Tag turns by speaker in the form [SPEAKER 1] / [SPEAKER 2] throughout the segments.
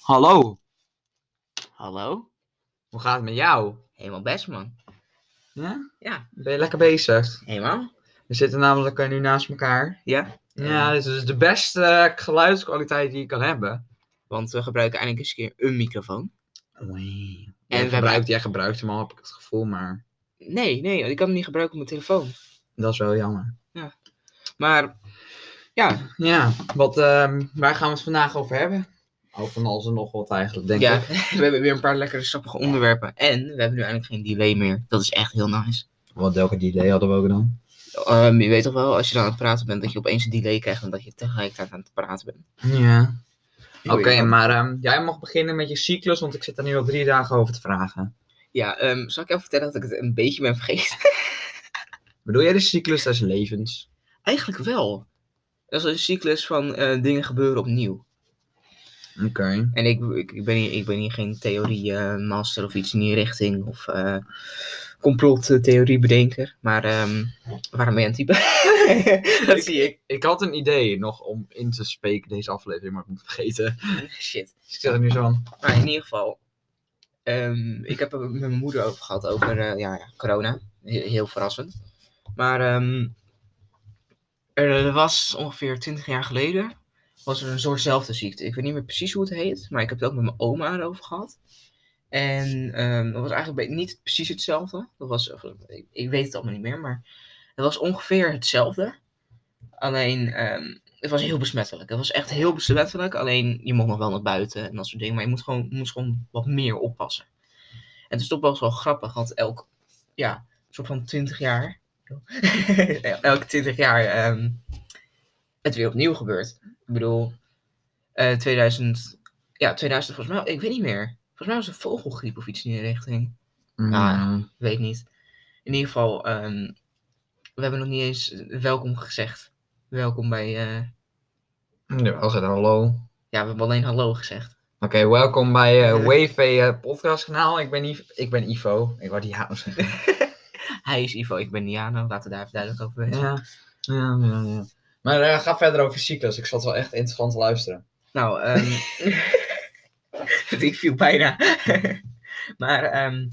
[SPEAKER 1] Hallo,
[SPEAKER 2] Hallo?
[SPEAKER 3] Hoe gaat het met jou?
[SPEAKER 2] Helemaal best, man.
[SPEAKER 3] Ja?
[SPEAKER 2] Ja.
[SPEAKER 3] Ben je lekker bezig?
[SPEAKER 2] Helemaal?
[SPEAKER 3] We zitten namelijk eh, nu naast elkaar.
[SPEAKER 2] Ja.
[SPEAKER 3] Ja, Oh. dit is de beste eh, geluidskwaliteit die je kan hebben.
[SPEAKER 2] Want we gebruiken eindelijk eens een keer een microfoon.
[SPEAKER 3] En
[SPEAKER 2] En
[SPEAKER 3] jij
[SPEAKER 2] we
[SPEAKER 3] gebruikt, jij gebruikt hem al, heb ik het gevoel, maar
[SPEAKER 2] Nee, nee, want ik kan hem niet gebruiken op mijn telefoon.
[SPEAKER 3] dat is wel jammer.
[SPEAKER 2] Maar, ja.
[SPEAKER 3] Ja, wat, ehm, waar gaan we het vandaag over hebben? Over van alles en nog wat eigenlijk, denk
[SPEAKER 2] ja.
[SPEAKER 3] ik.
[SPEAKER 2] we hebben weer een paar lekkere sappige onderwerpen. En we hebben nu eindelijk geen delay meer. Dat is echt heel nice.
[SPEAKER 3] Want welke delay hadden we ook dan?
[SPEAKER 2] Ehm, je weet toch wel, als je dan aan het praten bent, dat je opeens een delay krijgt. Omdat je tegelijkertijd aan het praten bent.
[SPEAKER 3] Ja.
[SPEAKER 2] Ik
[SPEAKER 3] Oké,
[SPEAKER 2] weet het wel.
[SPEAKER 3] maar ehm, jij mag beginnen met je cyclus, want ik zit er nu al drie dagen over te vragen.
[SPEAKER 2] Ja, ehm, zal ik jou vertellen dat ik het een beetje ben vergeten?
[SPEAKER 3] Bedoel jij de cyclus des levens?
[SPEAKER 2] Eigenlijk wel. Dat is een cyclus van eh, dingen gebeuren opnieuw.
[SPEAKER 3] Oké.
[SPEAKER 2] En ik, ik, ik ben hier, ik ben hier geen theorie-master of iets in die richting. Of eh complottheoriebedenker. Maar ehm, waarom ben je een type? dat zie ik.
[SPEAKER 3] Ik had een idee nog om in te spreken deze aflevering, maar ik moet het vergeten.
[SPEAKER 2] Shit.
[SPEAKER 3] Dus ik zit er nu zo aan.
[SPEAKER 2] Maar Nou, in ieder geval. ehm, ik heb er met mijn moeder over gehad. Over eh, ja, ja, corona. He- Heel verrassend. Maar ehm, er was ongeveer 20 jaar geleden. Was er een soortzelfde ziekte. Ik weet niet meer precies hoe het heet. Maar ik heb het ook met mijn oma over gehad. En ehm, dat was eigenlijk bij- niet precies hetzelfde. Dat was, of, ik, ik weet het allemaal niet meer, maar het was ongeveer hetzelfde. Alleen, ehm, het was heel besmettelijk. Het was echt heel besmettelijk. Alleen, je mocht nog wel naar buiten en dat soort dingen. Maar je moet gewoon, moest gewoon wat meer oppassen. En het is toch best wel grappig, want elk, ja, soort van 20 jaar. elke 20 jaar ehm, het weer opnieuw gebeurt. Ik bedoel, eh 2000, ja, 2000 volgens mij, ik weet niet meer. Volgens mij was het vogelgriep of iets in die richting.
[SPEAKER 3] mm,
[SPEAKER 2] Ah. Weet niet. In ieder geval, ehm, we hebben nog niet eens welkom gezegd. Welkom bij, eh,
[SPEAKER 3] Jawel, zeg dan hallo. Oké,
[SPEAKER 2] ja, we hebben alleen hallo gezegd.
[SPEAKER 3] welkom bij
[SPEAKER 2] Ja.
[SPEAKER 3] eh Wave eh, podcastkanaal. Ik ben, Iv- ik ben Ivo. Ik wou die haat nog zeggen.
[SPEAKER 2] Hij is Ivo, ik ben Diana, laten we daar even duidelijk over zijn.
[SPEAKER 3] Ja, ja, ja. ja. Maar eh, ga verder over cyclus. Ik zat wel echt interessant te luisteren.
[SPEAKER 2] Nou, ehm ik viel bijna. maar ehm,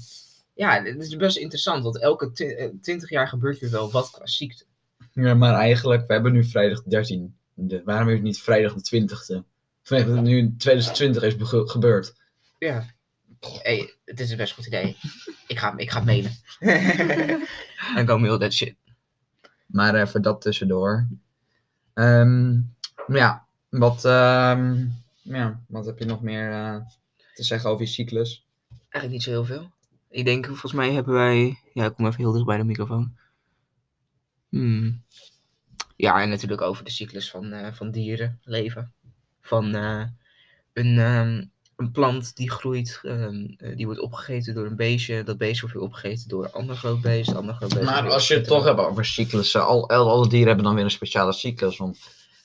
[SPEAKER 2] ja, het is best interessant, want elke twi- eh, 20 jaar gebeurt er wel wat qua ziekte.
[SPEAKER 3] Ja, maar eigenlijk, we hebben nu vrijdag 13. De, waarom is het niet vrijdag de 20e? Vanwege dat het nu in 2020 is bege- gebeurd.
[SPEAKER 2] Ja. Hey, het is een best goed idee. Ik ga, ik ga het mailen. En go mail that shit.
[SPEAKER 3] Maar even dat tussendoor. Ehm, ja, wat, ehm, ja, wat heb je nog meer eh, te zeggen over je cyclus?
[SPEAKER 2] Eigenlijk niet zo heel veel. Ik denk, volgens mij hebben wij... Ja, ik kom even heel dicht bij de microfoon. Hmm. Ja, en natuurlijk over de cyclus van, eh, van dieren, leven. Van eh, een, ehm, een plant die groeit, ehm, eh, die wordt opgegeten door een beestje. Dat beestje wordt weer opgegeten door een ander groot beest. Ander groot beest wordt
[SPEAKER 3] Maar
[SPEAKER 2] weer
[SPEAKER 3] als je het toch
[SPEAKER 2] opgegeten
[SPEAKER 3] hebt over cyclussen, al, al- alle dieren hebben dan weer een speciale cyclus. Want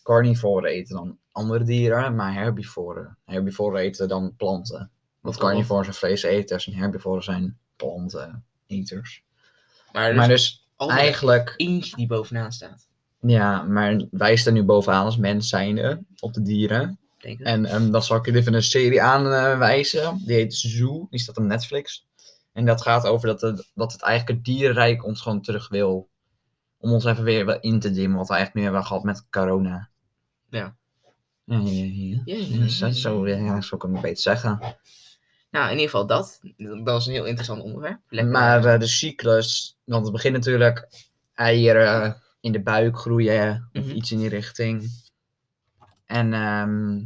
[SPEAKER 3] carnivoren eten dan andere dieren, maar herbivoren. Herbivoren eten dan planten. Want carnivoren zijn vleeseters en herbivoren zijn planteneters.
[SPEAKER 2] door- Maar er is
[SPEAKER 3] Maar dus
[SPEAKER 2] altijd
[SPEAKER 3] eigenlijk,
[SPEAKER 2] eentje die bovenaan staat.
[SPEAKER 3] ja, maar wij staan nu bovenaan als mens zijnde op de dieren.
[SPEAKER 2] Denk ik.
[SPEAKER 3] En ehm, dan zal ik jullie even een serie aanwijzen. Die heet Zoo. Die staat op Netflix. En dat gaat over dat het, dat het eigenlijk het dierenrijk ons gewoon terug wil. Om ons even weer wat in te dimmen. Wat we eigenlijk nu hebben gehad met corona.
[SPEAKER 2] Ja.
[SPEAKER 3] Ja, ja, ja, ja.
[SPEAKER 2] Ja, ja,
[SPEAKER 3] Dus
[SPEAKER 2] ja,
[SPEAKER 3] dat
[SPEAKER 2] ja.
[SPEAKER 3] zo, ja, ja, zo kan ik het beter zeggen.
[SPEAKER 2] Nou, in ieder geval dat. Dat was een heel interessant onderwerp. Lekker.
[SPEAKER 3] Maar eh, de cyclus. Want het begint natuurlijk eieren in de buik groeien. Of
[SPEAKER 2] Mhm.
[SPEAKER 3] iets in die richting. En ehm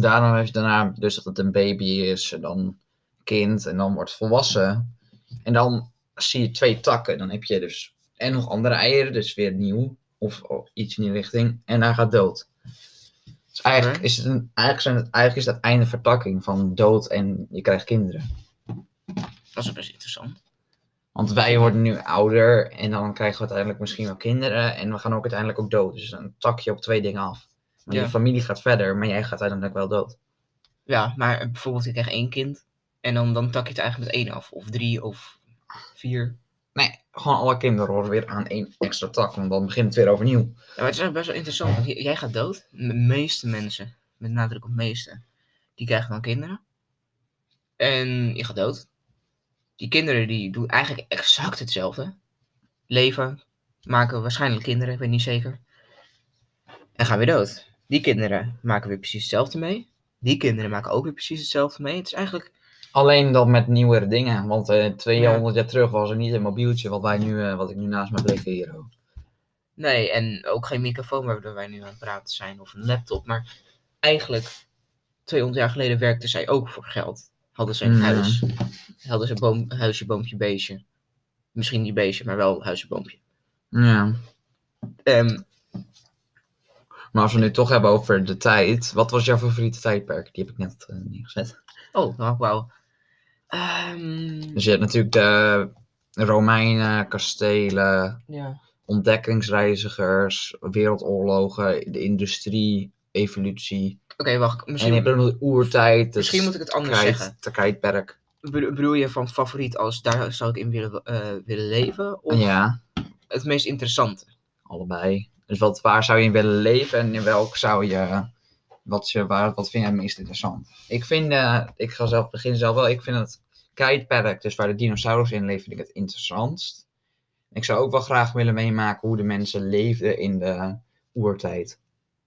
[SPEAKER 3] daarna heeft daarna dus dat het een baby is en dan kind en dan wordt volwassen. En dan zie je twee takken. Dan heb je dus en nog andere eieren, dus weer nieuw of, of iets in die richting. En daar gaat dood. Dus eigenlijk,
[SPEAKER 2] Oké.
[SPEAKER 3] is het een, eigenlijk, zijn het, eigenlijk is dat einde vertakking van dood en je krijgt kinderen.
[SPEAKER 2] Dat is best interessant.
[SPEAKER 3] Want wij worden nu ouder en dan krijgen we uiteindelijk misschien wel kinderen. En we gaan ook uiteindelijk ook dood. Dus dan tak je op twee dingen af. Want
[SPEAKER 2] Ja.
[SPEAKER 3] je familie gaat verder, maar jij gaat uiteindelijk wel dood.
[SPEAKER 2] Ja, maar eh, bijvoorbeeld ik krijg één kind. En dan, dan tak je het eigenlijk met één af. Of drie, of vier.
[SPEAKER 3] Nee, gewoon alle kinderen horen weer aan één extra tak, want dan begint het weer overnieuw.
[SPEAKER 2] Ja, maar het is eigenlijk best wel interessant. Want j- jij gaat dood. De meeste mensen, met nadruk op meeste, Die krijgen dan kinderen. En je gaat dood. Die kinderen die doen eigenlijk exact hetzelfde. Leven, maken waarschijnlijk kinderen, ik weet niet zeker. En gaan weer dood. Die kinderen maken weer precies hetzelfde mee. Die kinderen maken ook weer precies hetzelfde mee. Het is eigenlijk
[SPEAKER 3] Alleen dan met nieuwere dingen. Want eh 200 jaar terug was er niet een mobieltje wat, wij nu, eh, wat ik nu naast me bleef hier. hoor.
[SPEAKER 2] Nee, en ook geen microfoon waardoor wij nu aan het praten zijn of een laptop. Maar eigenlijk, 200 jaar geleden werkten zij ook voor geld. Hadden ze een
[SPEAKER 3] Ja.
[SPEAKER 2] huis. Hadden ze een boom, huisje, boompje, beestje. Misschien niet beestje, maar wel huisje, boompje.
[SPEAKER 3] Ja.
[SPEAKER 2] Ehm,
[SPEAKER 3] Maar als we nu toch hebben over de tijd. Wat was jouw favoriete tijdperk? Die heb ik net eh, neergezet.
[SPEAKER 2] oh, wauw. wauw. Ehm,
[SPEAKER 3] Dus je hebt natuurlijk de Romeinen, kastelen,
[SPEAKER 2] ja.
[SPEAKER 3] ontdekkingsreizigers, wereldoorlogen, de industrie, evolutie.
[SPEAKER 2] Oké, wacht. Misschien,
[SPEAKER 3] en je hebt ook nog de oertijd. dus
[SPEAKER 2] misschien moet ik het anders
[SPEAKER 3] krijt-
[SPEAKER 2] zeggen.
[SPEAKER 3] de Krijtperk.
[SPEAKER 2] Bedo- Bedoel je van favoriet als daar zou ik in willen, eh, willen leven? Of
[SPEAKER 3] Ja,
[SPEAKER 2] het meest interessante?
[SPEAKER 3] allebei. Dus wat, waar zou je in willen leven en in welk zou je. Wat, je, waar, wat vind jij het meest interessant? Ik vind, eh, ik ga zelf beginnen zelf wel. Ik vind het krijtperk, dus waar de dinosaurus in leven, vind ik het interessantst. Ik zou ook wel graag willen meemaken hoe de mensen leefden in de oertijd.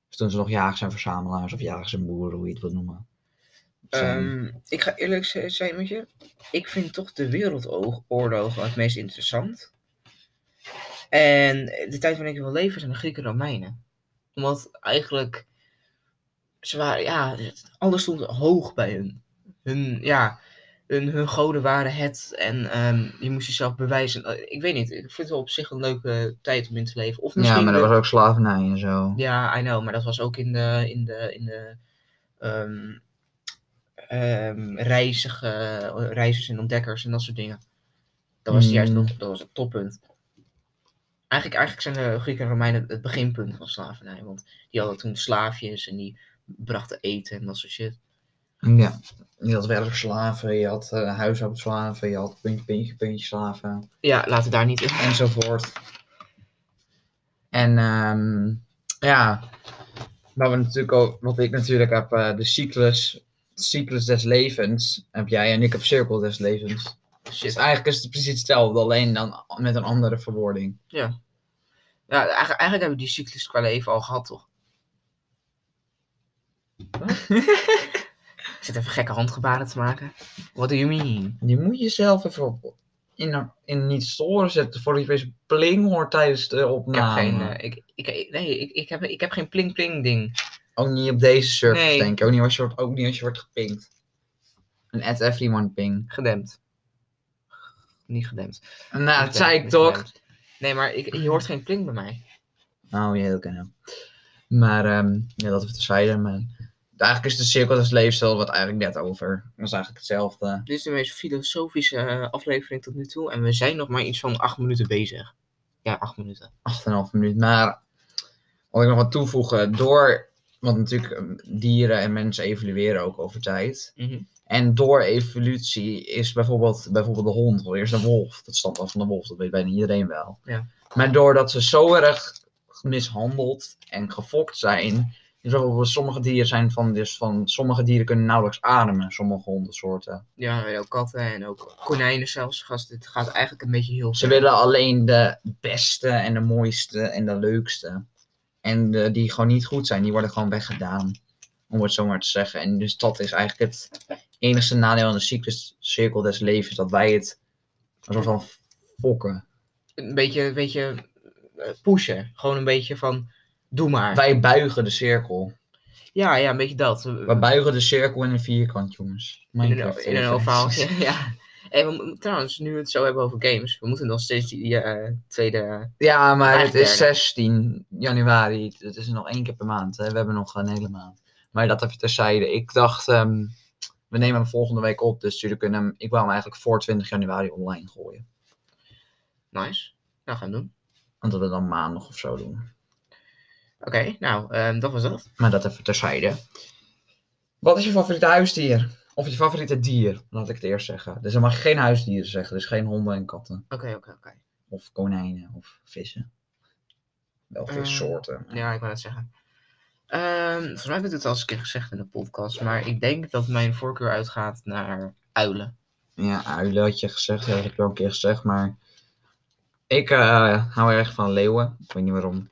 [SPEAKER 3] Dus toen ze nog jagers en verzamelaars of jagers en boeren, hoe je het wilt noemen. Dus, eh, Zijn.
[SPEAKER 2] Ehm, ik ga eerlijk z- zijn met je. Ik vind toch de wereldoorlogen het meest interessant. En de tijd waarin ik wil leven zijn de Grieken en Romeinen. Omdat eigenlijk... Ze waren, ja, het- alles stond hoog bij hun. Hun, ja, hun, hun goden waren het. En ehm, je moest jezelf bewijzen. Eh, Ik weet niet, ik vind het wel op zich een leuke tijd om in te leven. Of misschien
[SPEAKER 3] ja, maar
[SPEAKER 2] de-
[SPEAKER 3] dat was ook slavernij en zo.
[SPEAKER 2] ja, I know, maar dat was ook in de, in de, in de ehm, ehm, reizige, reizigers en ontdekkers en dat soort dingen. Dat was juist
[SPEAKER 3] Mm.
[SPEAKER 2] nog dat was het toppunt. Eigenlijk, eigenlijk zijn de Grieken en Romeinen het beginpunt van slavernij. Want die hadden toen slaafjes en die brachten eten en dat soort shit.
[SPEAKER 3] Ja. Je had werkslaven, je had eh huishoudslaven, je had puntje, puntje, puntje slaven.
[SPEAKER 2] Ja, laten we daar niet in.
[SPEAKER 3] enzovoort. En ehm, ja, maar we natuurlijk ook, wat ik natuurlijk heb, eh, de cyclus, cyclus des levens heb jij en ik heb cirkel des levens. Dus
[SPEAKER 2] Shit.
[SPEAKER 3] eigenlijk is het precies hetzelfde, alleen dan met een andere verwoording.
[SPEAKER 2] Ja, eigenlijk, eigenlijk hebben we die cyclus qua leven al gehad, toch? Ik zit even gekke handgebaren te maken. What do you mean?
[SPEAKER 3] Je moet jezelf even op, in, in niet storen zetten voordat je weer pling hoort tijdens de
[SPEAKER 2] Ik heb
[SPEAKER 3] opname.
[SPEAKER 2] geen, eh, ik, ik, nee, ik, ik, heb, ik heb geen pling pling ding.
[SPEAKER 3] Ook niet op deze service,
[SPEAKER 2] Nee.
[SPEAKER 3] denk ik. Ook niet als je wordt, ook niet als je wordt gepinkt. Een at everyone ping.
[SPEAKER 2] Gedempt. Niet gedempt.
[SPEAKER 3] Nou,
[SPEAKER 2] Niet
[SPEAKER 3] dat zei ik
[SPEAKER 2] gedempt, niet
[SPEAKER 3] toch.
[SPEAKER 2] gedempt. Nee, maar ik, je hoort geen pling bij mij.
[SPEAKER 3] Oh ja, dat kan ook. Maar ehm, ja, dat hoeft te zijn. Maar eigenlijk is de cirkel des levens al wat eigenlijk net over. Dat is eigenlijk hetzelfde.
[SPEAKER 2] Dit is de meest filosofische eh, aflevering tot nu toe. En we zijn nog maar iets van acht minuten bezig. Ja, acht minuten.
[SPEAKER 3] 8,5 minuut. Maar wat ik nog wat toevoegen, door. Want natuurlijk, ehm, dieren en mensen evolueren ook over tijd.
[SPEAKER 2] Mhm.
[SPEAKER 3] En door evolutie is bijvoorbeeld, bijvoorbeeld de hond, wel eerst een wolf. Dat stamt af van de wolf, dat weet bijna iedereen wel.
[SPEAKER 2] Ja.
[SPEAKER 3] Maar doordat ze zo erg mishandeld en gefokt zijn. Dus bijvoorbeeld sommige dieren zijn van, dus van, sommige dieren kunnen nauwelijks ademen, sommige hondensoorten.
[SPEAKER 2] Ja, en ook katten en ook konijnen zelfs. Gast, dit gaat eigenlijk een beetje heel
[SPEAKER 3] Ze willen alleen de beste en de mooiste en de leukste. En eh, die gewoon niet goed zijn, die worden gewoon weggedaan. Om het zo maar te zeggen. En dus dat is eigenlijk het enige nadeel aan de cyclus, cirkel des levens. Dat wij het een soort van fokken.
[SPEAKER 2] een beetje, een beetje eh, pushen. Gewoon een beetje van, doe maar.
[SPEAKER 3] Wij buigen de cirkel.
[SPEAKER 2] Ja, ja, een beetje dat.
[SPEAKER 3] We buigen de cirkel in een vierkant, jongens.
[SPEAKER 2] In een,
[SPEAKER 3] Minecraft
[SPEAKER 2] in een
[SPEAKER 3] referenties.
[SPEAKER 2] ovaal. ja. Hey, we, mo- trouwens, nu we het zo hebben over games, we moeten nog steeds die eh, tweede.
[SPEAKER 3] Ja, maar het
[SPEAKER 2] Eigenlijk
[SPEAKER 3] is
[SPEAKER 2] derde.
[SPEAKER 3] 16 januari. Het is nog één keer per maand. Hè. We hebben nog een hele maand. Maar dat even terzijde. Ik dacht, ehm, we nemen hem volgende week op. Dus jullie kunnen hem, ik wou hem eigenlijk voor 20 januari online gooien.
[SPEAKER 2] Nice. Nou, gaan we doen.
[SPEAKER 3] Want dat we dan maandag of zo doen.
[SPEAKER 2] Oké, nou, ehm, dat was dat.
[SPEAKER 3] Maar dat even terzijde. Wat is je favoriete huisdier? Of je favoriete dier, laat ik het eerst zeggen. Dus er mag geen huisdieren zeggen. Dus geen honden en katten.
[SPEAKER 2] Oké, oké, oké.
[SPEAKER 3] Of konijnen of vissen. Wel
[SPEAKER 2] Eh,
[SPEAKER 3] vissoorten.
[SPEAKER 2] Ja, ik wou dat zeggen. Ehm, Ehm, volgens mij heb ik het al eens een keer gezegd in de podcast, maar ik denk dat mijn voorkeur uitgaat naar uilen.
[SPEAKER 3] Ja, uilen had je gezegd. Dat heb ik wel een keer gezegd, maar... Ik eh, hou erg van leeuwen. Ik weet niet waarom.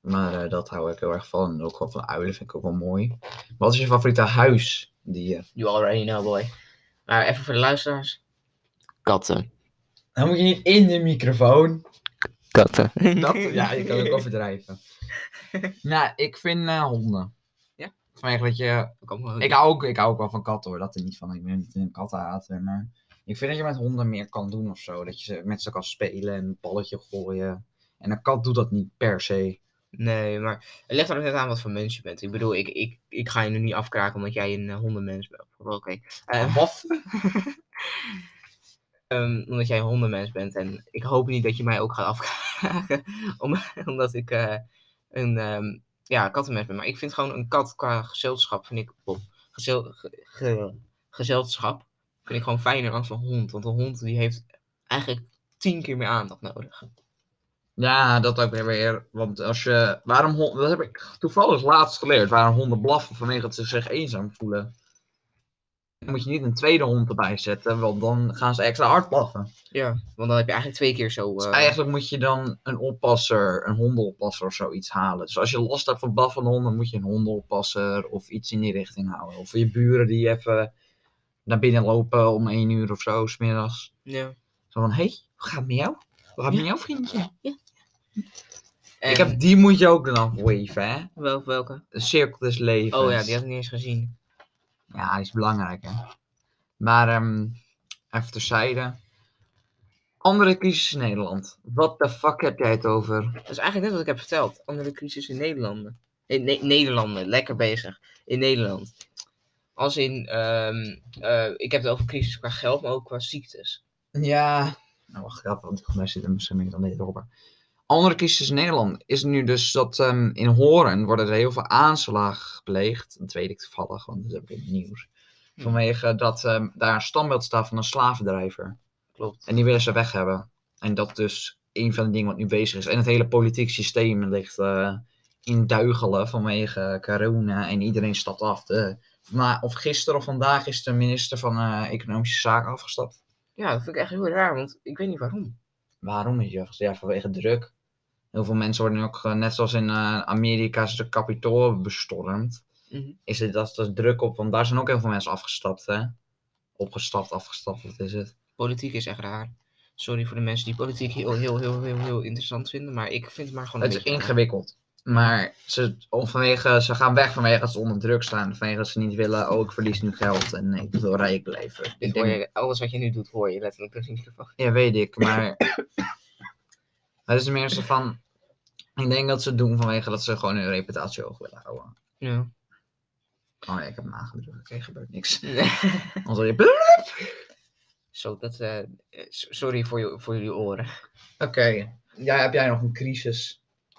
[SPEAKER 3] Maar eh, dat hou ik heel erg van. En ook wel van uilen vind ik ook wel mooi. Wat is je favoriete huisdier?
[SPEAKER 2] You already know, boy. Maar even voor de luisteraars. Katten.
[SPEAKER 3] Dan moet je niet in de microfoon.
[SPEAKER 2] Katten.
[SPEAKER 3] Dat, ja, je kan ook overdrijven. nou, ik vind eh, honden.
[SPEAKER 2] Ja?
[SPEAKER 3] Vanwege dat je... Ik hou, ook, ik hou ook wel van katten hoor, dat er niet van. Ik ben niet een kattenhater, maar... Ik vind dat je met honden meer kan doen of zo. Dat je ze- met ze kan spelen en een balletje gooien. En een kat doet dat niet per se.
[SPEAKER 2] Nee, maar het ligt er ook net aan wat voor mens je bent. Ik bedoel, ik, ik, ik ga je nu niet afkraken omdat jij een eh, hondenmens bent. Oké. Eh,
[SPEAKER 3] Wat?
[SPEAKER 2] ehm, omdat jij een hondenmens bent. En ik hoop niet dat je mij ook gaat afkraken. om- omdat ik eh, een ehm, ja, kattenmens ben. Maar ik vind gewoon een kat qua gezelschap, vind ik... Op, gezel, ge- ge- gezelschap vind ik gewoon fijner dan een hond. Want een hond die heeft eigenlijk tien keer meer aandacht nodig.
[SPEAKER 3] Ja, dat ook weer weer. Want als je... Waarom honden... Dat heb ik toevallig laatst geleerd. Waarom honden blaffen vanwege dat ze zich eenzaam voelen. Dan moet je niet een tweede hond erbij zetten, want dan gaan ze extra hard blaffen.
[SPEAKER 2] Ja. Want dan heb je eigenlijk twee keer zo...
[SPEAKER 3] Dus
[SPEAKER 2] eh,
[SPEAKER 3] eigenlijk moet je dan een oppasser, een hondenoppasser of zoiets halen. Dus als je last hebt van blaffende honden, moet je een hondenoppasser of iets in die richting halen. Of je buren die even naar binnen lopen om één uur of zo, smiddags.
[SPEAKER 2] ja.
[SPEAKER 3] Zo van, hé, hey, hoe gaat het met jou? Hoe gaat het met jou, vriendje? Ik
[SPEAKER 2] En-
[SPEAKER 3] heb, die moet je ook dan afweven, hè?
[SPEAKER 2] Wel, welke?
[SPEAKER 3] Een cirkel des levens.
[SPEAKER 2] Oh ja, die had ik niet eens gezien.
[SPEAKER 3] Ja, die is belangrijk, hè. Maar ehm even terzijde. Andere crisis in Nederland. Wat de fuck heb jij het over?
[SPEAKER 2] Dat is eigenlijk net wat ik heb verteld. Andere crisis in Nederlanden. In Ne- Nederlanden, lekker bezig. In Nederland. Als in, ehm, eh, ik heb het over crisis qua geld, maar ook qua ziektes.
[SPEAKER 3] Ja. Nou, wacht even, want volgens mij zit er misschien meer dan dit over. Andere kiezers in Nederland is nu dus dat ehm, in Horen worden er heel veel aanslagen gepleegd. Dat weet ik toevallig, want dat heb ik in het nieuws.
[SPEAKER 2] Hm.
[SPEAKER 3] Vanwege dat ehm, daar een standbeeld staat van een slavendrijver.
[SPEAKER 2] Klopt.
[SPEAKER 3] En die willen ze weg hebben. En dat is dus een van de dingen wat nu bezig is. En het hele politiek systeem ligt eh, in duigelen vanwege corona. En iedereen stapt af. De, maar, of gisteren of vandaag is de minister van eh, Economische Zaken afgestapt.
[SPEAKER 2] Ja, dat vind ik echt heel raar, want ik weet niet waarom.
[SPEAKER 3] Waarom is je Ja, vanwege druk. Heel veel mensen worden nu ook, eh, net zoals in eh, Amerika, is de Capitool bestormd.
[SPEAKER 2] Mhm.
[SPEAKER 3] Is er dat er druk op? Want daar zijn ook heel veel mensen afgestapt, hè? Opgestapt, afgestapt, wat is het?
[SPEAKER 2] Politiek is echt raar. Sorry voor de mensen die politiek heel, heel, heel, heel, heel interessant vinden, maar ik vind het maar gewoon een
[SPEAKER 3] Het is
[SPEAKER 2] beetje raar.
[SPEAKER 3] ingewikkeld. Maar ze, om vanwege, ze gaan weg vanwege dat ze onder druk staan. Vanwege dat ze niet willen, oh, ik verlies nu geld en ik wil rijk blijven.
[SPEAKER 2] Dit
[SPEAKER 3] Ik
[SPEAKER 2] hoor
[SPEAKER 3] denk,
[SPEAKER 2] je, alles wat je nu doet hoor je letterlijk door de microfoon.
[SPEAKER 3] Ja, weet ik, maar. Het is meer zo van. Ik denk dat ze het doen vanwege dat ze gewoon hun reputatie hoog willen houden.
[SPEAKER 2] Ja.
[SPEAKER 3] Oh ja, ik heb hem aangedrukt. Oké, gebeurt niks. Dan zal je... Oké,
[SPEAKER 2] Zo, dat, eh, eh, s- sorry voor, je, voor jullie oren.
[SPEAKER 3] ja, heb jij nog een crisis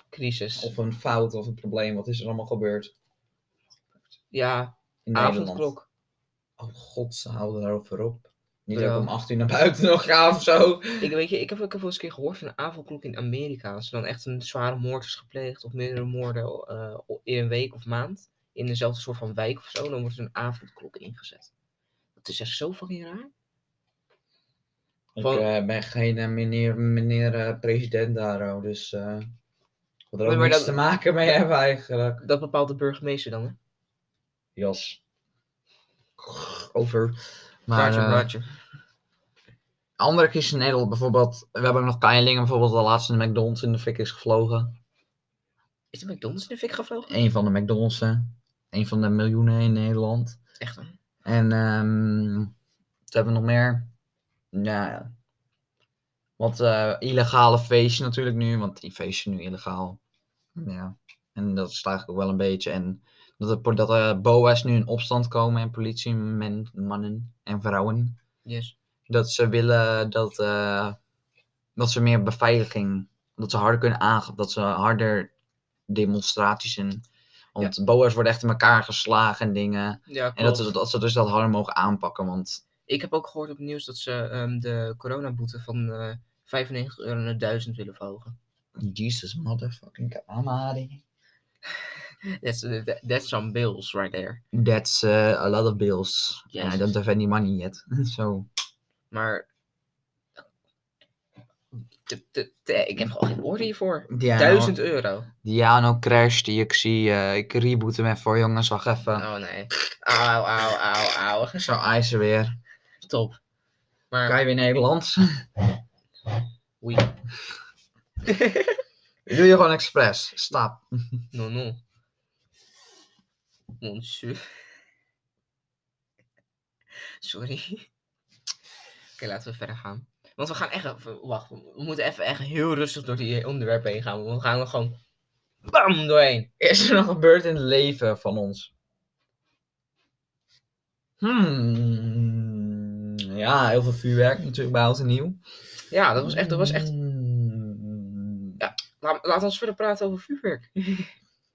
[SPEAKER 2] Crisis.
[SPEAKER 3] of een fout of een probleem? Wat is er allemaal gebeurd
[SPEAKER 2] Ja,
[SPEAKER 3] in Nederland?
[SPEAKER 2] avondklok.
[SPEAKER 3] Oh god, ze houden daarover op. Niet
[SPEAKER 2] Ja.
[SPEAKER 3] dat ik om 8 uur naar buiten nog ga of zo.
[SPEAKER 2] Ik, weet je, ik heb ook wel eens een keer gehoord van een avondklok in Amerika. Als er dan echt een zware moord is gepleegd of meerdere moorden eh, o- in een week of maand. In dezelfde soort van wijk of zo, dan wordt er een avondklok ingezet. Dat is echt zo fucking raar.
[SPEAKER 3] Ik
[SPEAKER 2] Van-
[SPEAKER 3] eh, ben geen eh, meneer, meneer eh, president daar, oh, dus... eh wat er ook
[SPEAKER 2] Nee, maar
[SPEAKER 3] niks
[SPEAKER 2] dat-
[SPEAKER 3] te maken mee hebben eigenlijk.
[SPEAKER 2] Dat bepaalt de burgemeester dan, hè?
[SPEAKER 3] Jas. Over. Maar,
[SPEAKER 2] Roger,
[SPEAKER 3] eh,
[SPEAKER 2] Roger.
[SPEAKER 3] andere crisis in Nederland bijvoorbeeld. We hebben ook nog Keilingen bijvoorbeeld. De laatste in de McDonald's in de fik is gevlogen.
[SPEAKER 2] Is de McDonald's in de fik gevlogen?
[SPEAKER 3] een van de McDonald's, een van de miljoenen in Nederland.
[SPEAKER 2] Echt hoor.
[SPEAKER 3] En ehm wat hebben we nog meer? Ja, wat eh, illegale feestjes natuurlijk nu, want die feesten nu illegaal. Ja, en dat is eigenlijk ook wel een beetje. En dat, de po- dat eh, BOA's nu in opstand komen en politie, men, mannen en vrouwen.
[SPEAKER 2] Yes.
[SPEAKER 3] Dat ze willen dat, eh, dat ze meer beveiliging, dat ze harder kunnen aangeven, dat ze harder demonstraties en... Want boa's worden echt in elkaar geslagen en dingen.
[SPEAKER 2] Ja,
[SPEAKER 3] En dat, ze- dat ze dus dat harder mogen aanpakken, want...
[SPEAKER 2] Ik heb ook gehoord op het nieuws dat ze ehm, de coronaboete van eh 95 euro naar 1000 willen verhogen.
[SPEAKER 3] Jesus motherfucking Kamari.
[SPEAKER 2] That's, eh, that- that's some bills right there.
[SPEAKER 3] That's uh, a lot of bills. And I
[SPEAKER 2] Jezus.
[SPEAKER 3] don't have any money yet. so,
[SPEAKER 2] Maar. De- de- de- ik heb gewoon geen woorden hiervoor.
[SPEAKER 3] ja,
[SPEAKER 2] 1000
[SPEAKER 3] Nou,
[SPEAKER 2] euro.
[SPEAKER 3] Diano crasht. Ik zie, eh, ik reboot hem even voor jongens. Wacht even.
[SPEAKER 2] Oh nee. Auw, auw, auw, auw.
[SPEAKER 3] Zo, IJzer weer.
[SPEAKER 2] Top. Maar.
[SPEAKER 3] Kan je weer Nederlands?
[SPEAKER 2] Oei.
[SPEAKER 3] Doe je gewoon expres. Stap.
[SPEAKER 2] non, non. Monsieur. Sorry. Oké, laten we verder gaan. Want we gaan echt. even- Wacht, we moeten even echt heel rustig door die onderwerpen heen gaan. want We gaan er gewoon. Bam! Doorheen.
[SPEAKER 3] Is er nog gebeurd in het leven van ons? Hmm. Ja, heel veel vuurwerk natuurlijk bij oud en nieuw.
[SPEAKER 2] Ja, dat was echt. Dat was echt...
[SPEAKER 3] Hmm. Ja.
[SPEAKER 2] Laat, laat ons verder praten over vuurwerk.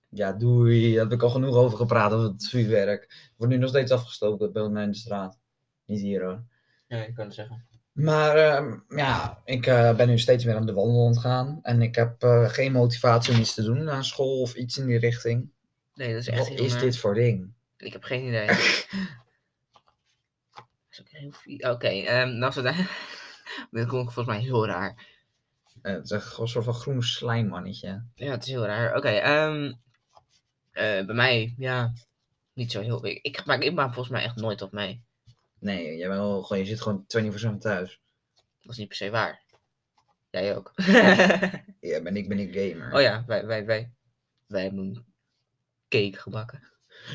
[SPEAKER 3] ja, doei. Daar heb ik al genoeg over gepraat, over het vuurwerk. Wordt nu nog steeds afgestoken bij mij in de straat. Niet hier hoor.
[SPEAKER 2] Nee, ik kan het zeggen.
[SPEAKER 3] Maar ehm, ja, ik eh, ben nu steeds meer aan de wandeling gaan. En ik heb eh, geen motivatie om iets te doen aan school of iets in die richting.
[SPEAKER 2] Nee, dat is echt
[SPEAKER 3] Wat
[SPEAKER 2] heel
[SPEAKER 3] is
[SPEAKER 2] naar.
[SPEAKER 3] dit voor ding?
[SPEAKER 2] Ik heb geen idee. dat is ook heel vie- Oké, ehm, nou, vandaag... dat klonk volgens mij heel raar.
[SPEAKER 3] Eh, het is echt een soort van groen slijmmannetje.
[SPEAKER 2] Ja, het is heel raar. Oké, ehm, eh, bij mij, ja, niet zo heel... Ik, ik, maak, ik maak volgens mij echt nooit op mee.
[SPEAKER 3] Nee, jij bent wel gewoon, je zit gewoon 24-7 thuis.
[SPEAKER 2] Dat is niet per se waar. Jij ook.
[SPEAKER 3] Ja, ben ik ben ik gamer.
[SPEAKER 2] oh ja, wij, wij, wij, wij hebben een cake gebakken.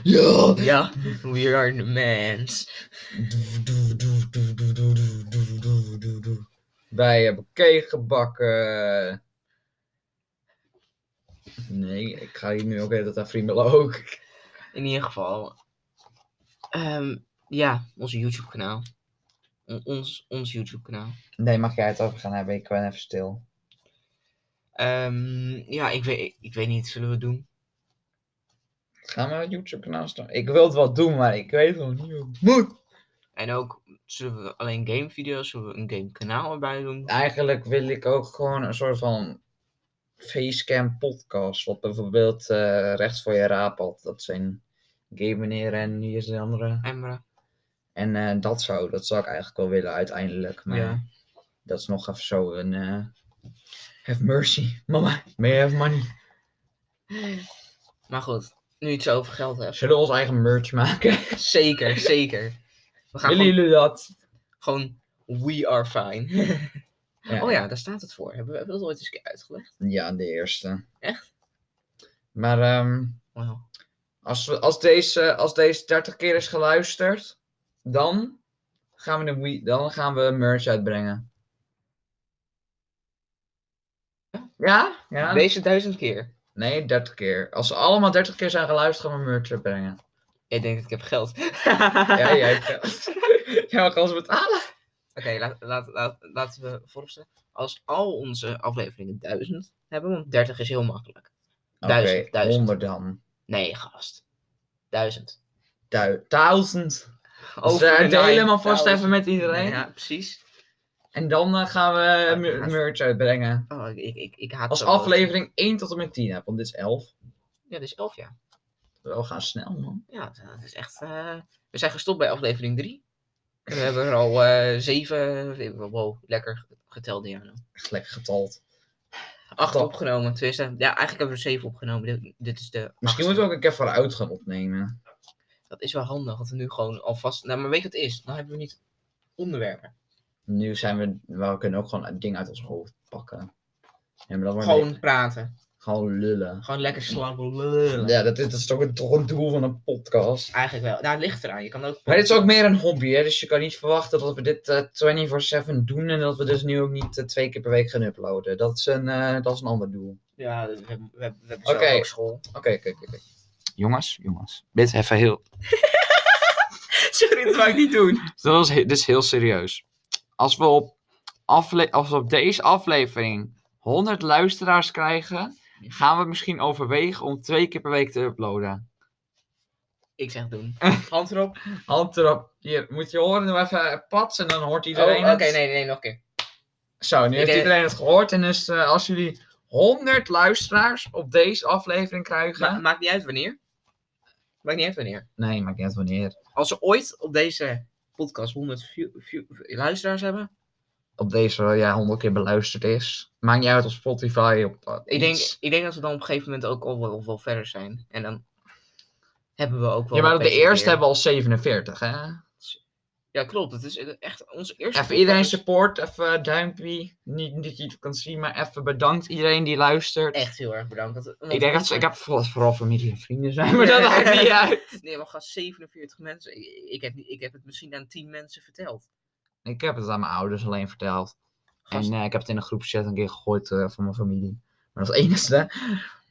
[SPEAKER 3] Ja!
[SPEAKER 2] Ja, we are the mans.
[SPEAKER 3] Doe, doe, doe, doe, doe, doe, doe, doe, doe, doe, doe. Wij hebben cake gebakken. Nee, ik ga hier nu ook even dat friemelen ook.
[SPEAKER 2] In ieder geval, ehm, ja, ons YouTube kanaal. Ons, ons YouTube kanaal.
[SPEAKER 3] Nee, mag jij het over gaan hebben? Ik ben even stil.
[SPEAKER 2] Ehm, ja, ik weet, ik weet niet, zullen we het doen?
[SPEAKER 3] Ga maar het YouTube kanaal staan. Ik wil het wel doen, maar ik weet nog niet hoe het moet.
[SPEAKER 2] En ook, zullen we alleen gamevideo's, zullen we een gamekanaal erbij doen?
[SPEAKER 3] Eigenlijk wil ik ook gewoon een soort van facecam podcast. Wat bijvoorbeeld eh, rechts voor je raap had. Dat zijn game meneer en hier is de andere.
[SPEAKER 2] Emra.
[SPEAKER 3] En eh, dat zou, dat zou ik eigenlijk wel willen uiteindelijk. Maar
[SPEAKER 2] Ja.
[SPEAKER 3] dat is nog even zo een... eh, have mercy, mama. May I have money?
[SPEAKER 2] Maar goed, nu iets over geld hebt.
[SPEAKER 3] Zullen we ons eigen merch maken?
[SPEAKER 2] Zeker, zeker. We gaan
[SPEAKER 3] Willen
[SPEAKER 2] gewoon,
[SPEAKER 3] jullie dat?
[SPEAKER 2] gewoon we are fine.
[SPEAKER 3] Ja.
[SPEAKER 2] Oh ja, daar staat het voor. Hebben we, hebben we dat ooit eens een keer uitgelegd?
[SPEAKER 3] Ja, de eerste.
[SPEAKER 2] Echt?
[SPEAKER 3] Maar ehm,
[SPEAKER 2] Wow.
[SPEAKER 3] als, we, als, deze, als deze 30 keer is geluisterd, dan gaan we, de, Wii- dan gaan we merch uitbrengen. Ja? Ja?
[SPEAKER 2] Deze duizend keer.
[SPEAKER 3] Nee, 30 keer. Als ze allemaal 30 keer zijn geluisterd, gaan we merch uitbrengen.
[SPEAKER 2] Ik denk dat ik heb geld.
[SPEAKER 3] Ja, jij hebt Jij mag alles betalen.
[SPEAKER 2] Oké, laat, laat, laat, laten we vooropstellen. Als al onze afleveringen duizend hebben, want 30 is heel makkelijk. Duizend,
[SPEAKER 3] Oké,
[SPEAKER 2] duizend.
[SPEAKER 3] 100 dan.
[SPEAKER 2] Nee, gast. Duizend.
[SPEAKER 3] Du- duizend. Dus, eh,
[SPEAKER 2] de
[SPEAKER 3] deel
[SPEAKER 2] nine
[SPEAKER 3] hem alvast
[SPEAKER 2] thousand.
[SPEAKER 3] even met iedereen.
[SPEAKER 2] Ja, precies.
[SPEAKER 3] En dan eh, gaan we mer-
[SPEAKER 2] gaat-
[SPEAKER 3] merch uitbrengen.
[SPEAKER 2] Oh, ik, ik, ik, ik haat
[SPEAKER 3] Als
[SPEAKER 2] het ook wel.
[SPEAKER 3] aflevering 1 tot en met 10 heb, want dit is 11.
[SPEAKER 2] Ja, dit is elf jaar.
[SPEAKER 3] We gaan snel, man.
[SPEAKER 2] Ja, dat- dat is echt. eh, We zijn gestopt bij aflevering 3. We hebben er al eh zeven. Wow, lekker geteld, Diana.
[SPEAKER 3] Echt lekker getald.
[SPEAKER 2] Acht
[SPEAKER 3] Top.
[SPEAKER 2] opgenomen. Tenminste, ja, eigenlijk hebben we er zeven opgenomen. Dit, dit is de.
[SPEAKER 3] Misschien moeten we ook een keer vooruit gaan opnemen.
[SPEAKER 2] Dat is wel handig, dat we nu gewoon alvast. Nou, maar weet je wat het is? Dan hebben we niet onderwerpen.
[SPEAKER 3] Nu zijn we, we kunnen ook gewoon een ding uit ons hoofd pakken. En dan maar
[SPEAKER 2] Gewoon
[SPEAKER 3] mee-
[SPEAKER 2] praten.
[SPEAKER 3] gewoon lullen.
[SPEAKER 2] Gewoon lekker slabbelen.
[SPEAKER 3] Ja, dat is, dat is toch, een, toch een doel van een podcast.
[SPEAKER 2] Eigenlijk wel. Nou, het ligt eraan. Je kan ook.
[SPEAKER 3] Maar dit is ook meer een hobby, hè? dus je kan niet verwachten dat we dit eh 24-7 doen en dat we dus nu ook niet eh, twee keer per week gaan uploaden. Dat is een, eh, dat is een ander doel.
[SPEAKER 2] Ja, we hebben, we hebben, we hebben
[SPEAKER 3] Oké.
[SPEAKER 2] zelf ook school.
[SPEAKER 3] Oké, oké, oké. oké. Jongens, jongens. Dit is even heel
[SPEAKER 2] Sorry, dat wou ik niet doen.
[SPEAKER 3] Dat was he- dit is heel serieus. Als we, op afle- als we op deze aflevering 100 luisteraars krijgen, gaan we misschien overwegen om twee keer per week te uploaden.
[SPEAKER 2] Ik zeg doen. Hand erop.
[SPEAKER 3] Oh, Hand erop. Hier, moet je horen, doe even pats en dan hoort
[SPEAKER 2] Oh,
[SPEAKER 3] iedereen
[SPEAKER 2] Oké,
[SPEAKER 3] het.
[SPEAKER 2] nee, nee, nog een keer.
[SPEAKER 3] Zo, nu
[SPEAKER 2] Ik
[SPEAKER 3] heeft
[SPEAKER 2] denk-
[SPEAKER 3] iedereen het gehoord en dus eh, als jullie 100 luisteraars op deze aflevering krijgen.
[SPEAKER 2] Ma- maakt niet uit wanneer. Maakt niet uit wanneer.
[SPEAKER 3] Nee, maakt niet uit wanneer.
[SPEAKER 2] Als we ooit op deze podcast 100 view- view- luisteraars hebben.
[SPEAKER 3] Op deze ja, 100 keer beluisterd is. Maakt niet uit op Spotify. Op, eh,
[SPEAKER 2] Ik denk,
[SPEAKER 3] iets.
[SPEAKER 2] ik denk dat we dan op een gegeven moment ook al wel, wel verder zijn. En dan hebben we ook wel.
[SPEAKER 3] Ja, maar
[SPEAKER 2] wat
[SPEAKER 3] de
[SPEAKER 2] beter
[SPEAKER 3] eerste
[SPEAKER 2] weer.
[SPEAKER 3] hebben we al 47, hè?
[SPEAKER 2] Ja, klopt. Het is echt onze eerste.
[SPEAKER 3] Even iedereen
[SPEAKER 2] podcast.
[SPEAKER 3] support, even eh, duimpje. Niet niet dat je het kan zien, maar even bedankt iedereen die luistert.
[SPEAKER 2] Echt heel erg bedankt. Dat,
[SPEAKER 3] Ik denk dat ze, ik heb vooral, vooral familie en vrienden zijn, maar dat maakt niet uit.
[SPEAKER 2] Nee, maar gast, 47 mensen. Ik, ik heb, niet- ik heb het misschien aan 10 mensen verteld.
[SPEAKER 3] Ik heb het aan mijn ouders alleen verteld.
[SPEAKER 2] Gast,
[SPEAKER 3] En eh, ik heb het in een groepschat een keer gegooid eh, voor mijn familie. Maar dat is het enigste.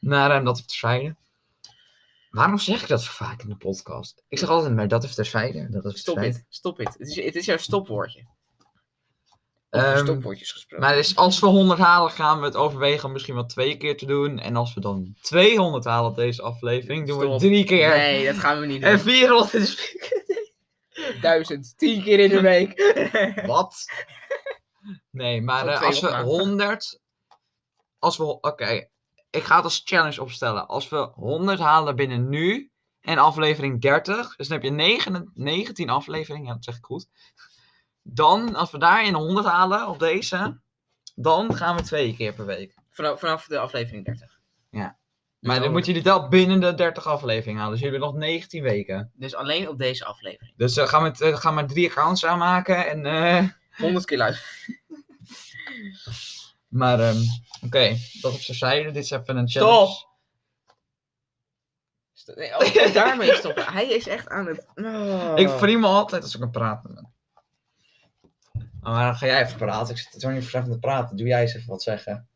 [SPEAKER 3] Maar ehm, dat even terzijde. Waarom zeg ik dat zo vaak in de podcast? Ik zeg altijd maar dat even terzijde. Dat is
[SPEAKER 2] stop
[SPEAKER 3] terzijde.
[SPEAKER 2] het. Stop het. Het is, het is jouw stopwoordje. Over
[SPEAKER 3] Ehm,
[SPEAKER 2] stopwoordjes gesproken.
[SPEAKER 3] maar dus als we 100 halen, gaan we het overwegen om misschien wel twee keer te doen. En als we dan 200 halen op deze aflevering, doen we
[SPEAKER 2] Stop.
[SPEAKER 3] het drie keer.
[SPEAKER 2] Nee, dat gaan we niet
[SPEAKER 3] En
[SPEAKER 2] doen.
[SPEAKER 3] 400 is...
[SPEAKER 2] Duizend. Tien keer in de week.
[SPEAKER 3] Wat? Nee, maar
[SPEAKER 2] Gewoon
[SPEAKER 3] eh,
[SPEAKER 2] twee
[SPEAKER 3] als we
[SPEAKER 2] opmaken.
[SPEAKER 3] 100. Als we. ho- Oké, ik ga het als challenge opstellen. Als we 100 halen binnen nu en aflevering 30, dus dan heb je 9, 19 afleveringen, ja, dat zeg ik goed. Dan, als we daarin 100 halen op deze, dan gaan we twee keer per week.
[SPEAKER 2] vanaf, vanaf de aflevering 30.
[SPEAKER 3] Ja.
[SPEAKER 2] Dus
[SPEAKER 3] Maar dan
[SPEAKER 2] alle-
[SPEAKER 3] moeten jullie wel binnen de 30 afleveringen halen. Dus jullie hebben nog 19 weken.
[SPEAKER 2] Dus alleen op deze aflevering.
[SPEAKER 3] Dus eh, gaan, we het, eh, gaan we drie accounts aanmaken en. eh,
[SPEAKER 2] 100 keer luisteren.
[SPEAKER 3] Maar, ehm, oké, dat op zijn zijde. Dit is even een
[SPEAKER 2] Stop!
[SPEAKER 3] challenge.
[SPEAKER 2] Sto- Nee, oh, oh, daarmee stoppen. Hij is echt aan het. Oh.
[SPEAKER 3] Ik veriem me altijd als ik aan het praten ben. Ah, Maar dan ga jij even praten. Ik zit zo niet verzelf te praten. Doe jij eens even wat zeggen.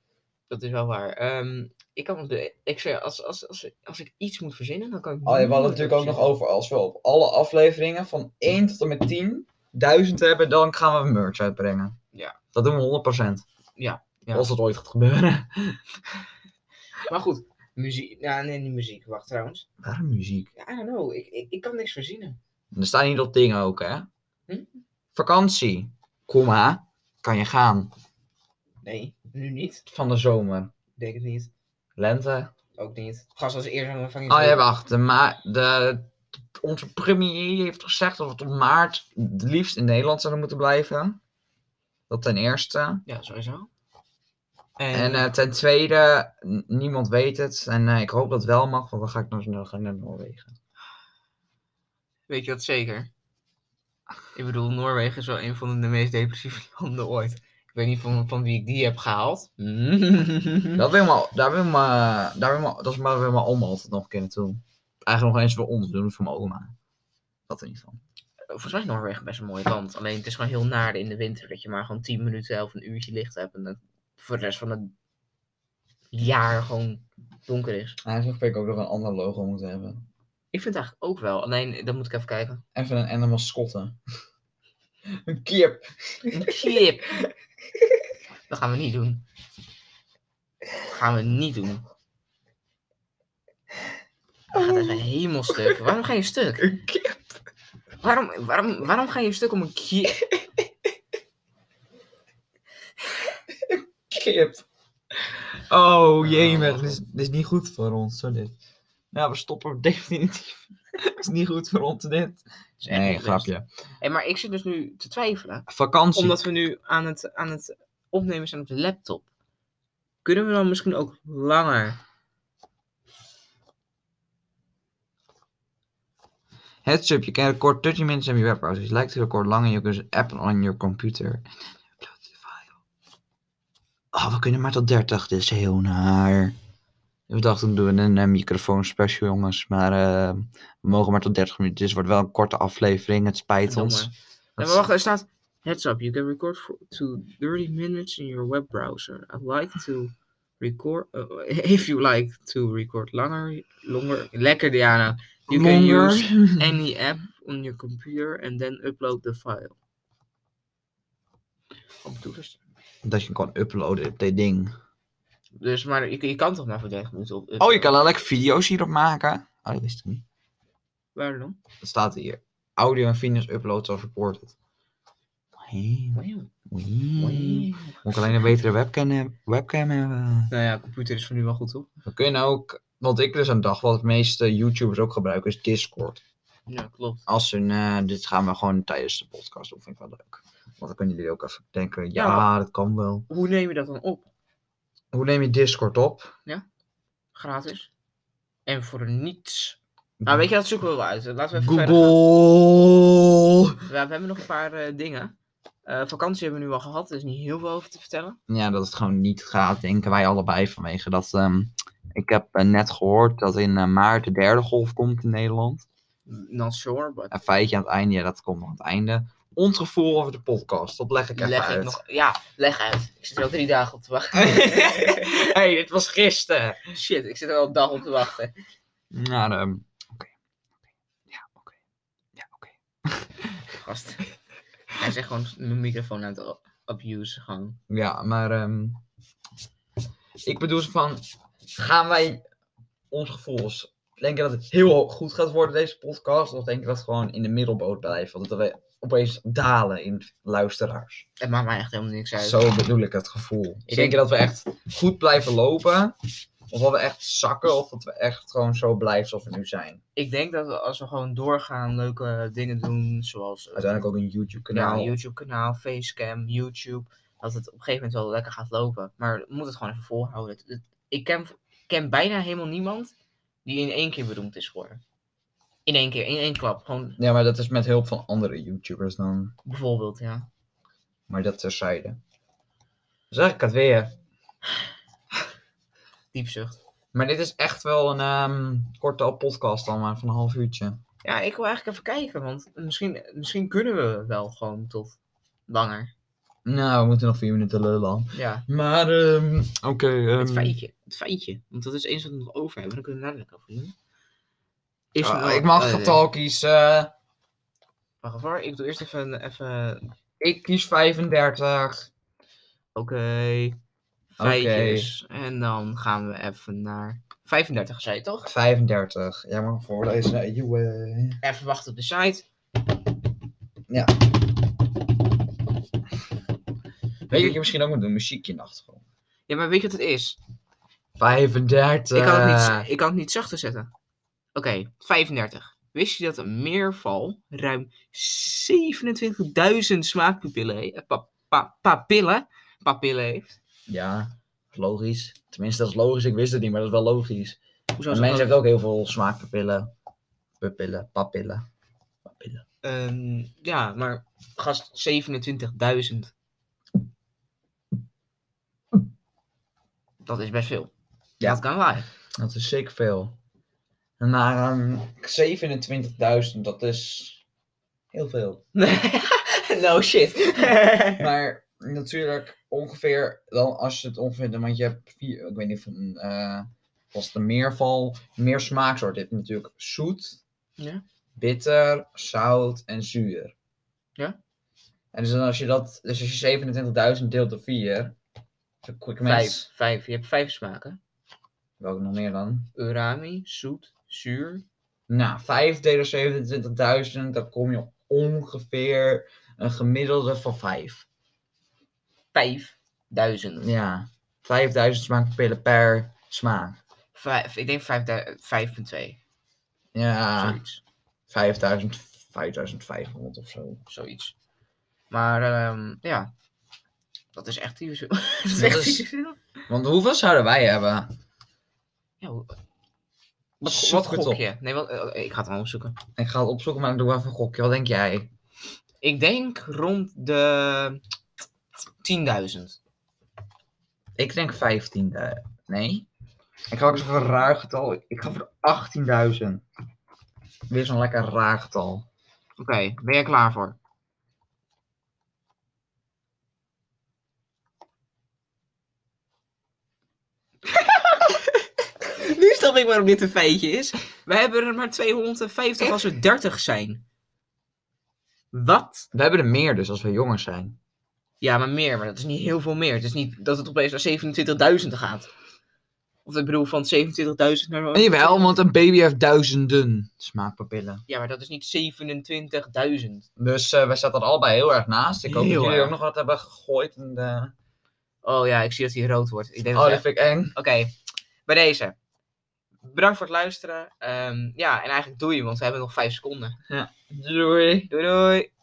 [SPEAKER 2] Dat is wel waar. Ehm, ik kan, de- ik zeg, als, als, als, als ik iets moet verzinnen, dan kan ik.
[SPEAKER 3] Oh, ja, we hadden
[SPEAKER 2] nooit
[SPEAKER 3] het natuurlijk ook nog
[SPEAKER 2] verzinnen.
[SPEAKER 3] over als we op alle afleveringen van 1 tot en met 10 duizend hebben, dan gaan we merch uitbrengen.
[SPEAKER 2] Ja.
[SPEAKER 3] Dat doen we 100%.
[SPEAKER 2] Ja, ja.
[SPEAKER 3] Als dat ooit gaat gebeuren.
[SPEAKER 2] Maar goed, muziek. Ja, nee, niet muziek. Wacht trouwens.
[SPEAKER 3] Waarom muziek?
[SPEAKER 2] Ja, I don't know. Ik, ik, ik kan niks verzinnen.
[SPEAKER 3] En er staan hier dat dingen ook, hè?
[SPEAKER 2] Hm?
[SPEAKER 3] Vakantie, komma, kan je gaan
[SPEAKER 2] Nee, nu niet.
[SPEAKER 3] van de zomer.
[SPEAKER 2] Ik Denk het niet.
[SPEAKER 3] Lente.
[SPEAKER 2] Ook niet. Gast als eerst aan de van
[SPEAKER 3] Oh ja, wacht. De ma- de, onze premier heeft gezegd dat we tot maart het liefst in Nederland zouden moeten blijven. Dat ten eerste.
[SPEAKER 2] Ja, sowieso.
[SPEAKER 3] En eh, ten tweede, n- niemand weet het. En eh, ik hoop dat het wel mag, want dan ga ik naar, dan ga ik naar Noorwegen.
[SPEAKER 2] Weet je dat zeker? Ik bedoel, Noorwegen is wel een van de meest depressieve landen ooit. Ik weet niet van, van wie ik die heb gehaald.
[SPEAKER 3] Dat wil maar, daar wil maar, daar wil maar, dat is maar wil mijn oma altijd nog een keer naartoe. Eigenlijk nog eens voor ons, we doen het voor mijn oma. Dat in ieder geval.
[SPEAKER 2] Volgens mij is Noorwegen best een mooi land. Alleen het is gewoon heel naar in de winter dat je maar gewoon 10 minuten of een uurtje licht hebt. En dat voor de rest van het jaar gewoon donker is.
[SPEAKER 3] Eigenlijk vind ik ook nog een ander logo moeten hebben.
[SPEAKER 2] Ik vind het eigenlijk ook wel. Alleen, dat moet ik even kijken.
[SPEAKER 3] Even een, en een mascotte. een kip.
[SPEAKER 2] Een chip. Dat gaan we niet doen. Dat gaan we niet doen. Dat
[SPEAKER 3] Oh.
[SPEAKER 2] gaat even helemaal stuk. Waarom ga je stuk?
[SPEAKER 3] Een kip.
[SPEAKER 2] Waarom, waarom, waarom ga je stuk om een kip?
[SPEAKER 3] Kip. Oh,
[SPEAKER 2] Ah,
[SPEAKER 3] jemig.
[SPEAKER 2] wacht
[SPEAKER 3] Dit is,
[SPEAKER 2] op.
[SPEAKER 3] dit is niet goed voor ons, zo dit. Nou, we stoppen definitief. Het is niet goed voor ons, dit. Nee, grapje.
[SPEAKER 2] Hey, maar ik zit dus nu te twijfelen.
[SPEAKER 3] Vakantie.
[SPEAKER 2] Omdat we nu aan het, aan het opnemen zijn op de laptop. Kunnen we dan misschien ook langer?
[SPEAKER 3] Heads up, you can record 30 minutes in your web browser. If you like to record longer, you can app it on your computer. And then upload the file. Oh, we kunnen maar tot 30, dit is heel naar. We dachten, doen we een eh, microfoon special, jongens. Maar eh, we mogen maar tot 30 minuten. Dus het wordt wel een korte aflevering. Het spijt ons.
[SPEAKER 2] Verdomme. Nee, maar wacht, er staat... Heads up, you can record for, to 30 minutes in your web browser. I'd like to record... uh, if you like to record langer... Longer... Lekker, Diana. You can
[SPEAKER 3] Longer.
[SPEAKER 2] use any app on your computer and then upload the file. Wat bedoel je?
[SPEAKER 3] Dat je kan uploaden op dit ding.
[SPEAKER 2] Dus, maar je, je kan toch maar voor 30 minuten op...
[SPEAKER 3] Oh, je kan eigenlijk video's hierop maken. Oh, dat wist ik niet.
[SPEAKER 2] Waar dan?
[SPEAKER 3] Dat staat hier. Audio en video's uploads are supported. Hey,
[SPEAKER 2] Wauw,
[SPEAKER 3] wee.
[SPEAKER 2] wauw.
[SPEAKER 3] Moet ik alleen een betere webcam, heb- webcam hebben?
[SPEAKER 2] Nou ja, computer is voor nu wel goed, toch?
[SPEAKER 3] We kunnen nou ook, wat ik dus aan dacht, wat de meeste YouTubers ook gebruiken, is Discord.
[SPEAKER 2] Ja, klopt.
[SPEAKER 3] Als hun, eh, dit gaan we gewoon tijdens de podcast doen, vind ik wel leuk. Want dan kunnen jullie ook even denken, ja,
[SPEAKER 2] Ja.
[SPEAKER 3] dat kan wel.
[SPEAKER 2] Hoe neem je dat dan op?
[SPEAKER 3] Hoe neem je Discord op?
[SPEAKER 2] Gratis. En voor niets. Nou, weet je, dat zoeken we wel uit. Laten we even verder gaan.
[SPEAKER 3] Google!
[SPEAKER 2] Ja, we hebben nog een paar eh, dingen. Eh, vakantie hebben we nu al gehad, dus niet heel veel over te vertellen.
[SPEAKER 3] Ja, dat het gewoon niet gaat, denken wij allebei vanwege dat... ehm, ik heb eh, net gehoord dat in eh, maart de derde golf komt in Nederland.
[SPEAKER 2] Not sure, but...
[SPEAKER 3] Een feitje aan het einde, ja, dat komt nog aan het einde. Ons gevoel over de podcast, dat leg ik even
[SPEAKER 2] leg
[SPEAKER 3] uit.
[SPEAKER 2] ik nog... Ja, leg uit. Ik zit er al drie dagen op te wachten.
[SPEAKER 3] hey, dit was gisteren.
[SPEAKER 2] Shit, ik zit er al een dag op te wachten.
[SPEAKER 3] Nou, ehm, oké. Ja, oké. Ja, oké.
[SPEAKER 2] Gast. Hij zegt gewoon mijn microfoon aan het abuse gewoon.
[SPEAKER 3] Ja, maar ehm, ik bedoel zo van, gaan wij ons gevoels, denk je dat het heel goed gaat worden deze podcast, of denk je dat we gewoon in de middelboot blijven, dat we opeens dalen in luisteraars?
[SPEAKER 2] Het maakt mij echt helemaal niks uit.
[SPEAKER 3] Zo bedoel ik het gevoel. Ik denk dat we echt goed blijven lopen. Of dat we echt zakken. Of dat we echt gewoon zo blijven zoals we nu zijn.
[SPEAKER 2] Ik denk dat we, als we gewoon doorgaan leuke dingen doen, zoals... eh,
[SPEAKER 3] Uiteindelijk ook een YouTube kanaal.
[SPEAKER 2] Ja, YouTube kanaal, Facecam, YouTube. Dat het op een gegeven moment wel lekker gaat lopen. Maar we moeten het gewoon even volhouden. Het- het- ik ken, ken bijna helemaal niemand die in één keer beroemd is geworden. In één keer, in één klap. Gewoon
[SPEAKER 3] Ja, maar dat is met hulp van andere YouTubers dan.
[SPEAKER 2] bijvoorbeeld, ja.
[SPEAKER 3] Maar dat terzijde. Zeg ik het weer.
[SPEAKER 2] Diepzucht.
[SPEAKER 3] Maar dit is echt wel een ehm, korte podcast dan, maar van een half uurtje.
[SPEAKER 2] Ja, ik wil eigenlijk even kijken, want misschien, misschien kunnen we wel gewoon tot langer.
[SPEAKER 3] Nou, we moeten nog vier minuten lullen.
[SPEAKER 2] Ja,
[SPEAKER 3] Maar, ehm, oké. ehm,
[SPEAKER 2] het feitje. Het feitje. Want dat is eens wat we nog over hebben, dan kunnen we dadelijk over doen. Is
[SPEAKER 3] ah,
[SPEAKER 2] er wel-
[SPEAKER 3] ik mag
[SPEAKER 2] eh,
[SPEAKER 3] getal kiezen. eh,
[SPEAKER 2] Wacht even, hoor. ik doe eerst even, even
[SPEAKER 3] ik kies 35.
[SPEAKER 2] Oké. Feitjes. En dan gaan we even naar 35, zei je toch?
[SPEAKER 3] 35. Ja, maar voor deze jongen.
[SPEAKER 2] Even wachten op de site.
[SPEAKER 3] Weet je wat je misschien ook moet doen? Muziekje in de achtergrond.
[SPEAKER 2] Ja, maar weet je wat het is?
[SPEAKER 3] 35.
[SPEAKER 2] Ik kan het niet, ik kan het niet zachter zetten. Oké, 35. Wist je dat een meerval ruim 27.000 smaakpapillen he- eh, pa- pa- papillen, papillen heeft?
[SPEAKER 3] Ja, dat is logisch. Tenminste, dat is logisch. Ik wist het niet, maar dat is wel logisch.
[SPEAKER 2] Hoezo
[SPEAKER 3] Een
[SPEAKER 2] zo
[SPEAKER 3] mens
[SPEAKER 2] groot?
[SPEAKER 3] heeft ook heel veel smaakpapillen. Papillen, papillen. Papillen.
[SPEAKER 2] Ehm, ja, maar gast 27.000. Dat is best veel.
[SPEAKER 3] Ja.
[SPEAKER 2] Dat kan waar.
[SPEAKER 3] Dat is zeker veel. Maar ehm 27.000, dat is heel veel.
[SPEAKER 2] no shit.
[SPEAKER 3] Maar natuurlijk ongeveer, dan als je het ongeveer, dan- want je hebt vier, ik weet niet of een, eh was het een meerval, meer smaaksoort. Je hebt natuurlijk zoet,
[SPEAKER 2] Ja.
[SPEAKER 3] bitter, zout en zuur.
[SPEAKER 2] Ja.
[SPEAKER 3] En dus dan als je dat, dus als je 27.000 deelt door 4, dan kom je
[SPEAKER 2] vijf,
[SPEAKER 3] met,
[SPEAKER 2] vijf. Je hebt vijf smaken.
[SPEAKER 3] welke nog meer dan?
[SPEAKER 2] Urami, zoet, zuur.
[SPEAKER 3] Nou, 5 delen 27.000, dan kom je op ongeveer een gemiddelde van 5.
[SPEAKER 2] Vijf. Duizend.
[SPEAKER 3] Ja, 5000 smaakpillen per smaak.
[SPEAKER 2] Vijf, ik denk vijf du- 5.2.
[SPEAKER 3] Ja,
[SPEAKER 2] Zoiets.
[SPEAKER 3] 5000, 5500 of zo.
[SPEAKER 2] Zoiets. Maar ehm, ja. Dat is echt hier zo. Dat is
[SPEAKER 3] Dat
[SPEAKER 2] echt
[SPEAKER 3] is-
[SPEAKER 2] hier zo.
[SPEAKER 3] Want hoeveel zouden wij hebben?
[SPEAKER 2] Ja, hoe- wat,
[SPEAKER 3] Wat,
[SPEAKER 2] wat
[SPEAKER 3] wat
[SPEAKER 2] gok
[SPEAKER 3] gok
[SPEAKER 2] je? Nee, wat, eh, ik ga het wel opzoeken.
[SPEAKER 3] Ik ga het opzoeken, maar ik doe even een gokje. Wat denk jij?
[SPEAKER 2] Ik denk rond de 10.000.
[SPEAKER 3] Ik denk 15.000. Nee? Ik ga ook eens voor een raar getal. Ik ga voor 18.000. Weer zo'n lekker raar getal.
[SPEAKER 2] Oké, ben jij klaar voor? nu snap ik waarom dit een feitje is. We hebben er maar 250 als er 30 zijn. Wat?
[SPEAKER 3] We hebben er meer dus als we jongens zijn.
[SPEAKER 2] Ja, maar meer, maar dat is niet heel veel meer. Het is niet dat het opeens naar 27.000 gaat. Of ik bedoel, van 27.000 naar...
[SPEAKER 3] Ah, Jawel, want een baby heeft duizenden smaakpapillen.
[SPEAKER 2] Ja, maar dat is niet 27.000.
[SPEAKER 3] Dus eh, wij zaten er allebei heel erg naast. Ik hoop
[SPEAKER 2] Heel
[SPEAKER 3] dat jullie
[SPEAKER 2] erg.
[SPEAKER 3] ook nog wat hebben gegooid. En, eh,
[SPEAKER 2] Oh ja, ik zie dat hij rood wordt. Ik denk
[SPEAKER 3] Oh,
[SPEAKER 2] dat
[SPEAKER 3] dat vind ik eng.
[SPEAKER 2] Oké, bij deze. Bedankt voor het luisteren. Ehm, ja, en eigenlijk doe je, want we hebben nog 5 seconden.
[SPEAKER 3] Doei.
[SPEAKER 2] Doei doei!